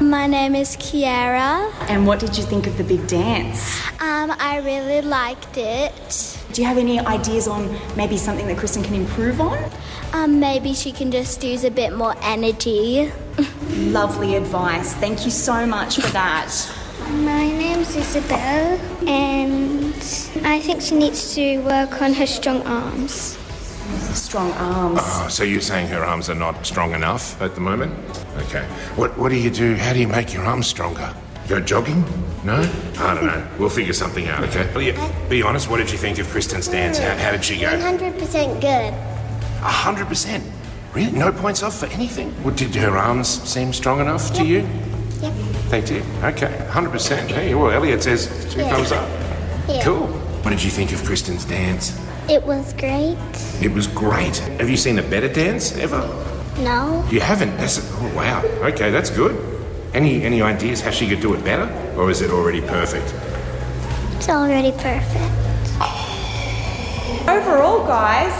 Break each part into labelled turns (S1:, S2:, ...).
S1: My name is Kiara.
S2: And what did you think of the big dance?
S1: Um, I really liked it.
S2: Do you have any ideas on maybe something that Kristen can improve on?
S1: Um, maybe she can just use a bit more energy.
S2: Lovely advice. Thank you so much for that.
S3: My name's Isabel, and I think she needs to work on her strong arms.
S2: Strong arms.
S4: Oh, so you're saying her arms are not strong enough at the moment? Okay. What What do you do? How do you make your arms stronger? Go jogging? No? I don't know. We'll figure something out, okay? Well, yeah, be honest, what did you think of Kristen's dance? How, how did she go?
S3: 100% good.
S4: A hundred percent. Really? No points off for anything? Well, did her arms seem strong enough to you?
S3: Yep.
S4: They did? Okay. A hundred percent. Hey, well, Elliot says two
S3: Yeah.
S4: thumbs up.
S3: Yeah.
S4: Cool. What did you think of Kristen's dance?
S3: It was great.
S4: It was great. Have you seen a better dance ever?
S3: No,
S4: You haven't? That's oh wow. Okay, that's good. Any any ideas how she could do it better, or is it already perfect?
S3: it's already perfect.
S2: Overall, guys,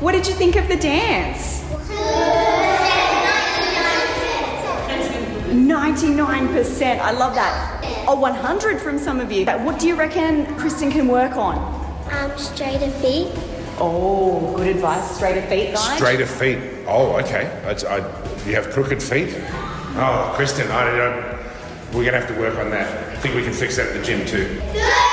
S2: what did you think of the dance? 99%. I love that. A 100 from some of you. But What do you reckon Kristen can work on?
S3: Um, straighter feet.
S2: Oh, good advice. Straighter feet, guys.
S4: Straighter feet. Oh, okay. That's, I, you have crooked feet. Oh, Kristen, I don't. We're gonna have to work on that. I think we can fix that at the gym too.
S3: Good